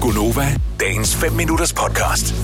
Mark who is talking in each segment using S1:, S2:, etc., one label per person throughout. S1: Gunova, dagens 5 minutters podcast.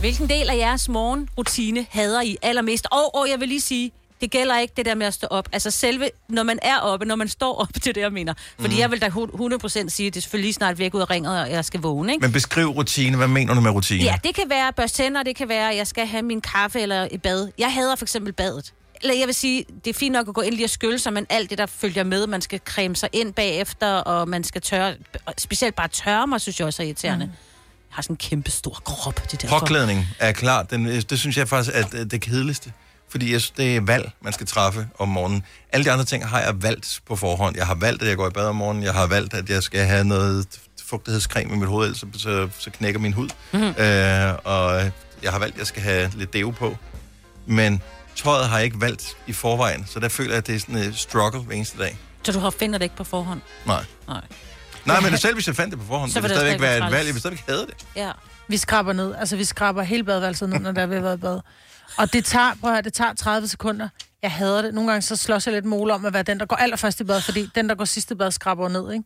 S2: Hvilken del af jeres morgenrutine hader I allermest? Og, og jeg vil lige sige, det gælder ikke det der med at stå op. Altså selve, når man er oppe, når man står op, det er det, jeg mener. Fordi mm. jeg vil da hu- 100% sige, at det er selvfølgelig snart væk ud af ringet, og jeg skal vågne, ikke?
S3: Men beskriv rutine. Hvad mener du med rutine?
S2: Ja, det kan være børst tænder, det kan være, at jeg skal have min kaffe eller et bad. Jeg hader for eksempel badet. Eller jeg vil sige, det er fint nok at gå ind lige og skylle sig, men alt det, der følger med, man skal creme sig ind bagefter, og man skal tørre, og specielt bare tørre mig, synes jeg også er irriterende. Mm. Jeg har sådan en kæmpe stor krop, det der.
S3: Påklædning er klart. Den, øh, det synes jeg faktisk er øh, det kedeligste. Fordi jeg, synes, det er valg, man skal træffe om morgenen. Alle de andre ting har jeg valgt på forhånd. Jeg har valgt, at jeg går i bad om morgenen. Jeg har valgt, at jeg skal have noget fugtighedscreme i mit hoved, ellers så, så, så knækker min hud. Mm-hmm. Øh, og jeg har valgt, at jeg skal have lidt deo på. Men tøjet har jeg ikke valgt i forvejen, så der føler jeg, at det er sådan et struggle hver eneste dag.
S2: Så du har finder det ikke på forhånd?
S3: Nej.
S2: Nej.
S3: Nej, men selv hvis jeg fandt det på forhånd,
S2: Så
S3: så ville
S2: vil
S3: det
S2: det stadigvæk
S3: stadigvæk være et
S2: træls.
S3: valg. Jeg ville stadigvæk have det.
S2: Ja.
S4: Vi skraber ned. Altså, vi skraber hele badeværelset ned, når der er ved at være i bad. Og det tager, prøv at høre, det tager 30 sekunder. Jeg hader det. Nogle gange så slås jeg lidt mål om at være den, der går allerførst i bad, fordi den, der går sidst i bad, skraber ned, ikke?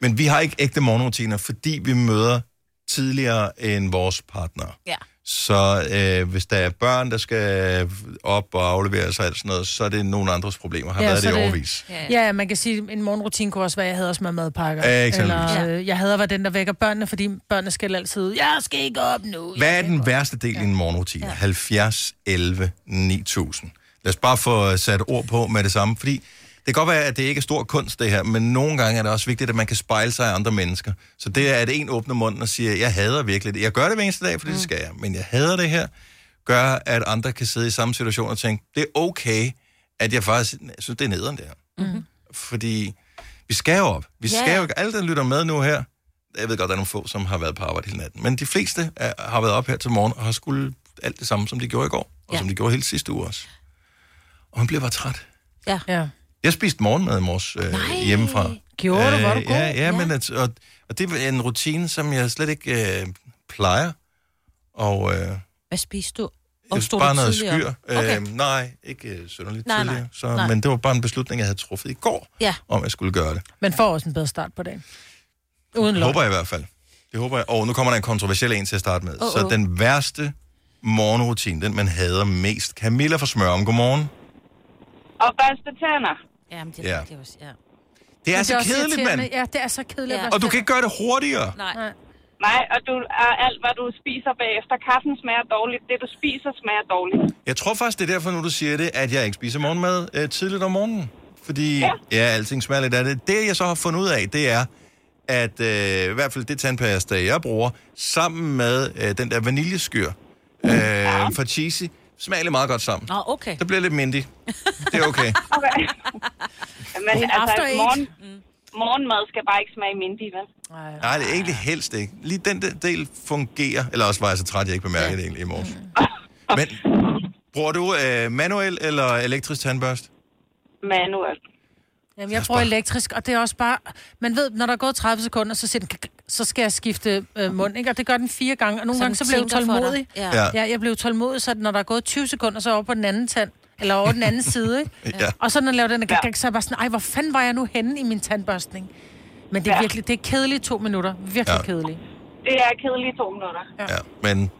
S3: Men vi har ikke ægte morgenrutiner, fordi vi møder tidligere end vores partnere.
S2: Ja.
S3: Så øh, hvis der er børn, der skal op og aflevere sig og alt sådan noget, så er det nogen andres problemer. Har ja,
S4: Ja,
S3: været
S4: så
S3: det i
S4: det-
S3: overvis.
S2: Ja.
S4: Ja, ja, man kan sige, at en morgenrutine kunne også være, at jeg hader også med madpakker.
S3: Ja, eksempelvis.
S4: Eller øh, jeg hader at være den, der vækker børnene, fordi børnene skal altid ud. Jeg skal ikke op nu. Jeg
S3: Hvad er
S4: skal
S3: den
S4: ikke
S3: værste del i en morgenrutine? 70, 11, 9000. Lad os bare få øh, sat ord på med det samme, fordi det kan godt være, at det ikke er stor kunst, det her, men nogle gange er det også vigtigt, at man kan spejle sig af andre mennesker. Så det er, at en åbner munden og siger, jeg hader virkelig det. Jeg gør det hver eneste dag, fordi det skal jeg, men jeg hader det her, gør, at andre kan sidde i samme situation og tænke, det er okay, at jeg faktisk jeg synes, det er nederen det her. Fordi vi skal jo op. Vi
S2: Ja.
S3: skal jo ikke. Alle, der lytter med nu her, jeg ved godt, der er nogle få, som har været på arbejde hele natten, men de fleste er, har været op her til morgen og har skulle alt det samme, som de gjorde i går, og
S2: Ja.
S3: ja. som de gjorde hele sidste uge også. Og hun bliver bare træt.
S2: ja.
S4: op. Ja.
S3: Jeg spiste morgenmad i morges øh, hjemmefra.
S4: Gjorde du, var du
S3: Øh,
S4: god?
S3: ja, ja, ja. Men at, og, og det er en rutine, som jeg slet ikke øh, plejer. Og øh,
S2: Hvad spiste du?
S3: jeg
S2: stod
S3: bare
S2: du
S3: noget
S2: tidligere
S3: skyr.
S2: op? Okay.
S3: Øh, nej, ikke øh, synderligt
S2: Nej, nej.
S3: tidligere. Så,
S2: Nej.
S3: Men det var bare en beslutning, jeg havde truffet i går,
S2: Ja.
S3: om jeg skulle gøre det.
S4: Man får også en bedre start på dagen. Uden
S3: Det
S4: lov.
S3: håber jeg i hvert fald. Det håber jeg. Og nu kommer der en kontroversiel en til at starte med.
S2: Åh,
S3: Så
S2: åh.
S3: den værste morgenrutine, den man hader mest. Camilla fra Smørum, godmorgen.
S5: Og børste tænder.
S2: Ja, men det
S3: Ja.
S2: er ja. også, ja.
S3: Det er
S4: Men
S3: så
S4: også
S3: kedeligt, mand.
S4: irriterende. Ja, det er så kedeligt.
S2: Ja.
S4: Ja.
S3: Og du kan ikke gøre det hurtigere.
S2: Nej.
S4: Nej.
S5: Nej, og du, og alt, hvad du spiser bagefter. Kaffen smager dårligt. Det, du spiser, smager dårligt.
S3: Jeg tror faktisk, det er derfor, nu du siger det, at jeg ikke spiser morgenmad øh, tidligt om morgenen. Fordi, ja, ja alting smager lidt af det. Det, jeg så har fundet ud af, det er, at øh, i hvert fald det tandpasta, jeg bruger, sammen med øh, den der vaniljeskyr øh, fra Cheesy, smager lidt meget godt sammen.
S2: Nå, okay.
S3: Det bliver lidt mindig. Det er okay.
S5: Okay. Men
S4: Det er
S5: altså,
S4: after eight. Mm.
S5: morgen, morgenmad skal bare ikke smage mindig, vel?
S4: Nej.
S3: Nej, det er egentlig helst ikke. Lige den der del fungerer. Eller også var jeg så træt, jeg ikke bemærkede det egentlig i morges. Men bruger du øh, manuel eller elektrisk tandbørst?
S5: Manuelt.
S4: Jamen, jeg bruger elektrisk, og det er også bare... Man ved, når der er gået 30 sekunder, så, siger den, "Kik, kik", så skal jeg skifte øh, mund, ikke? Og det gør den fire gange, og nogle
S2: Så
S4: så gange
S2: den
S4: så bliver jeg
S2: tænker for dig.
S4: tålmodig.
S2: Ja.
S3: Ja.
S4: ja, jeg blev tålmodig, så når der er gået 20 sekunder, så er jeg over på den anden tand, eller over den anden side, ikke?
S3: Ja.
S4: Og så når jeg laver den, der kik, kik, så er jeg bare sådan, ej, hvor fanden var jeg nu henne i min tandbørstning? Men det er
S5: Ja.
S4: virkelig, det er kedeligt to minutter. Virkelig
S3: Ja.
S4: ja. kedeligt.
S5: Det er kedelige to minutter.
S3: Ja. Men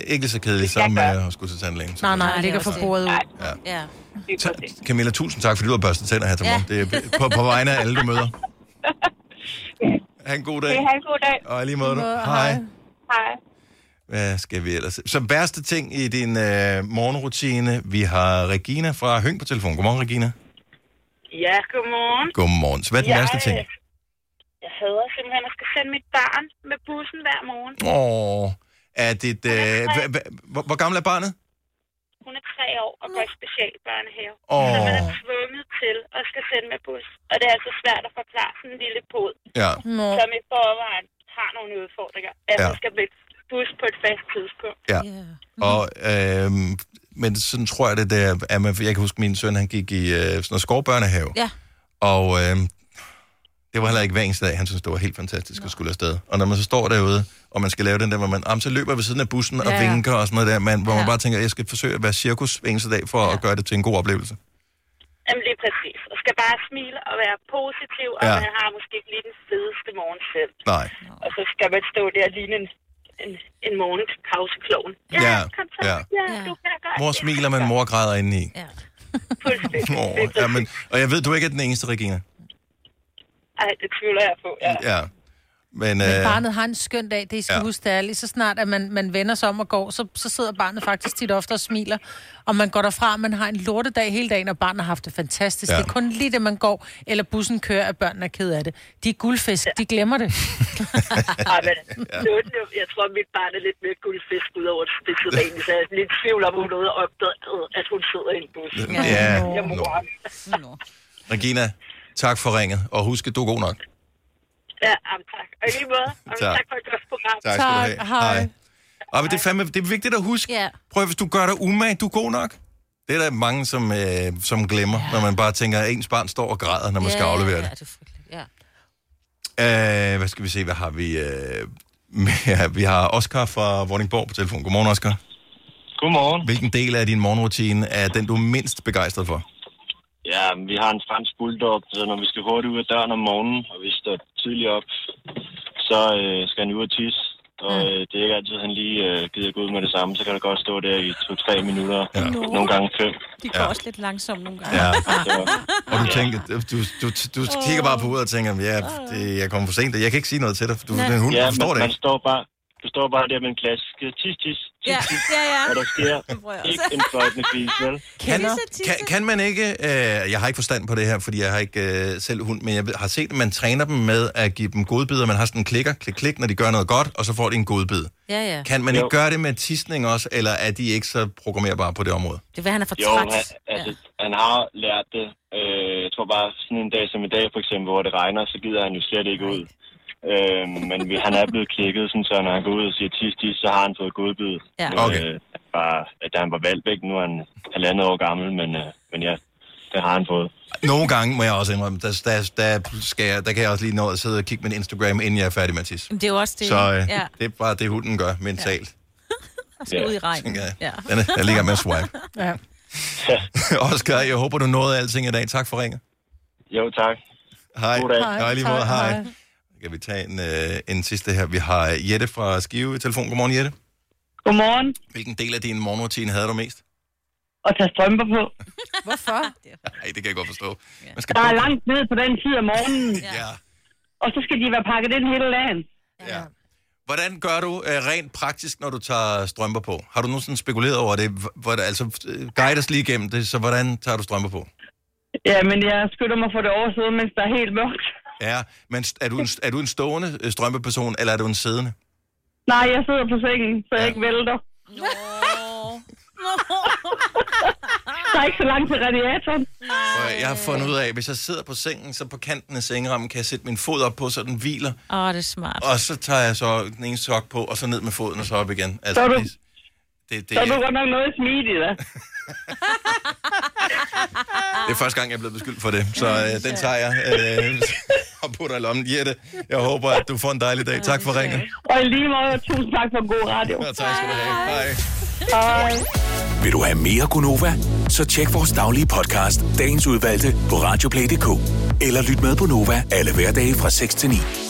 S3: ikke lige så kedeligt sammen med at skulle til tandlægen.
S4: Nej,
S2: Nej,
S4: nej, det
S2: det er
S4: ligger for
S2: også det.
S4: bordet ud.
S5: Nej,
S2: Ja.
S5: det er præcis.
S3: Ta- Camilla, tusind tak, fordi du har børstet tænder her til morgen. Det er på, på vegne af alle, du møder. Ha' en god
S5: Det
S3: dag.
S5: er en god dag.
S3: Og i lige måde du.
S4: Måde,
S3: Hej.
S4: hej.
S5: Hej.
S3: Hvad skal vi ellers? Så værste ting i din øh, morgenrutine. Vi har Regina fra Høng på telefon. Godmorgen, Regina.
S5: Ja, godmorgen.
S3: Godmorgen. Så hvad er den
S5: Jeg- øh,
S3: værste ting?
S5: Jeg hader simpelthen, at jeg skal sende mit barn med bussen hver morgen.
S3: Åh, er det... Øh, hva, hva, hvor, hvor gammel er barnet?
S5: Hun er tre år og går i specialbørnehave.
S3: Åh.
S5: Så man er tvunget til at skal sende med bus. Og det er altså svært at forklare sådan en lille pod,
S3: Ja.
S4: Nå.
S5: som i forvejen har nogle udfordringer. At
S3: Ja.
S5: ja. skal med bus på et fast tidspunkt.
S2: Ja.
S3: Og, øh, men sådan tror jeg, det der... At man, jeg kan huske, min søn han gik i øh, sådan noget skovbørnehave.
S2: Ja.
S3: Og øh, det var heller ikke hver eneste dag. Han synes, det var helt fantastisk at skulle afsted. Og når man så står derude, og man skal lave den der, hvor man jamen, så løber jeg ved siden af bussen og
S4: Ja, ja.
S3: vinker og sådan noget der, man, hvor
S2: Ja.
S3: man bare tænker, jeg skal forsøge at være cirkus hver eneste dag for at gøre det til en god oplevelse.
S5: Jamen lige præcis. Og skal bare smile og være positiv, og
S3: Ja.
S5: man har måske ikke lige den fedeste morgen selv.
S3: Nej.
S5: Og så
S6: skal man stå der og ligne en, en, en morgenpauseklovn. Ja,
S3: Ja,
S6: ja, kom så.
S3: ja.
S6: Ja.
S2: Ja.
S6: ja, du kan godt.
S3: Mor smiler, men mor græder indeni.
S2: Ja.
S6: Fuldstændig.
S3: Oh, ja, men, og jeg ved, du ikke er den eneste, Regina.
S6: Ej, det tvivler jeg på, ja.
S3: Ja. Men,
S4: Men
S3: øh,
S4: barnet har en skøn dag, det I skal
S3: Ja.
S4: ja. huske, det er lige så snart, at man, man vender sig om og går, så, så sidder barnet faktisk tit ofte og smiler. Og man går derfra, og man har en lortedag hele dagen, og barnet har haft det fantastisk.
S3: Ja.
S4: Ja. Det er kun lige det, man går, eller bussen kører, at børnene er ked af det. De er guldfisk, ja. de glemmer det.
S6: Ej, men, ja. jeg tror, at mit barn er lidt mere guldfisk ud over det sædvanlige, så jeg er lidt i tvivl om, hun nåede opdaget, at hun sidder i en bus.
S3: ja,
S6: Jeg må
S3: nå.
S2: Nå.
S3: Regina, tak for ringet, og husk, at du er god nok.
S6: Ja, jamen, tak. Og i lige måde, og
S3: Tak.
S6: tak. for et godt program.
S3: Tak, skal du have.
S4: Tak, hej.
S3: Og men det, er fandme, det er vigtigt at huske.
S2: Ja.
S3: Prøv, hvis du gør dig umage, du er god nok. Det er der mange, som, øh, som glemmer, ja. når man bare tænker, at ens barn står og græder, når man ja, skal aflevere
S2: ja,
S3: det.
S2: Ja, det er frygteligt. Ja.
S3: Øh, hvad skal vi se, hvad har vi? Øh, ja, vi har Oscar fra Vordingborg på telefon. Godmorgen, Oscar.
S7: Godmorgen.
S3: Hvilken del af din morgenrutine er den, du er mindst begejstret for?
S7: Ja, vi har en fransk bulldog, så når vi skal hurtigt ud af døren om morgenen, og vi står tidligt op, så øh, skal han ud og tisse. Og øh, det er ikke altid, han lige øh, gider gå ud med det samme, så kan det godt stå der i to-tre minutter, ja. nogle gange fem.
S2: De går ja. også lidt langsomt nogle gange.
S3: Ja,
S7: Så,
S3: og du, tænker, du, du, du kigger bare på uret og tænker, ja, det, jeg kommer for sent, og jeg kan ikke sige noget til dig, for du, den hund
S7: ja,
S3: ja, forstår
S7: man,
S3: det
S7: man
S3: ikke.
S7: står bare, du står bare der med en klassisk tis-tis,
S2: Ja,
S7: tis-tis,
S2: ja, ja.
S7: og der sker
S2: prøver jeg
S7: ikke en fløjtende kvise, vel?
S3: Kan,
S2: Tisse, tisse.
S3: kan, kan man ikke, øh, jeg har ikke forstand på det her, fordi jeg har ikke øh, selv hund, men jeg ved- har set, at man træner dem med at give dem godbidder. Man har sådan en klikker, klik, klik, når de gør noget godt, og så får de en godbid.
S2: Ja, ja.
S3: Kan man
S7: Jo.
S3: ikke gøre det med tisning også, eller er de ikke så programmerbare på det område?
S2: Det er, hvad han er for
S7: Jo,
S2: træt.
S7: han, altså, ja. han har lært det. Øh, jeg tror bare, sådan en dag som i dag, for eksempel, hvor det regner, så gider han jo slet ikke ud. Øh, men vi, han er blevet klikket, sådan, så når han går ud og siger tis, tis, så har han fået godbid.
S2: Ja.
S7: Nu,
S3: Okay.
S7: Øh, bare, da han var valgt væk, nu er han halvandet år gammel, men, øh, men ja, det har han fået.
S3: Nogle gange må jeg også indrømme, der, der, der, skal jeg, der kan jeg også lige nå at sidde og kigge min Instagram, inden jeg er færdig med at tisse.
S2: Jamen, Det er jo også det.
S3: Så øh,
S2: ja,
S3: det er bare det, hunden gør mentalt.
S2: og skal
S7: Ja.
S2: ud i regnen.
S3: Ja.
S2: Ja.
S3: Den, er, den ligger med at swipe.
S4: Ja.
S3: Oscar, jeg håber, du nåede alting i dag. Tak for ringet.
S7: Jo, tak.
S3: Hej.
S7: God dag.
S4: Hej,
S3: Hej, lige
S4: tak,
S3: måde. Hej.
S4: hej.
S3: Kan vi tage en, øh, en sidste her? Vi har Jette fra Skive i telefon. Godmorgen, Jette.
S5: Godmorgen,
S3: Hvilken del af din morgenrutine havde du mest?
S5: og tag strømper på.
S4: Hvorfor?
S3: Nej, det kan jeg godt forstå. Man skal
S5: Der er
S3: på-
S5: langt ned på den tid af morgenen,
S3: Ja.
S5: og så skal de være pakket ind hele dagen.
S3: Ja. Hvordan gør du øh, rent praktisk, når du tager strømper på? Har du nogensinde spekuleret over det? H- Hvor, altså, øh, guide os lige igennem det, så hvordan tager du strømper på?
S5: Ja, men jeg skynder mig for det overside, mens der er helt mørkt.
S3: Ja, men st- er du en, er du en stående øh, strømpeperson, eller er du en siddende?
S5: Nej, jeg sidder på sengen, så jeg ikke vælter.
S2: Nå.
S5: Der er ikke så langt til radiatoren.
S3: Og jeg har fundet ud af, at hvis jeg sidder på sengen, så på kanten af sengerammen kan jeg sætte min fod op på, så den hviler,
S2: Åh, det er smart.
S3: og så tager jeg så den ene sok på, og så ned med foden, og så op igen. Altså,
S5: Så er du-
S3: det, det, det,
S5: Så er du
S3: det
S5: godt nok noget smidig, da.
S3: er første gang, jeg er blevet beskyldt for det, så øh, den tager jeg øh, og putter i lommen. Jette, jeg håber, at du får en dejlig dag. Tak for ringen.
S5: Og i lige måde, tusind tak for en god radio.
S3: Ja, tak skal du have. Hej.
S5: Hej.
S1: Vil du have mere Gunova? Så tjek vores daglige podcast, dagens udvalgte, på radioplay.dk. Eller lyt med på Nova alle hverdage fra 6 til 9.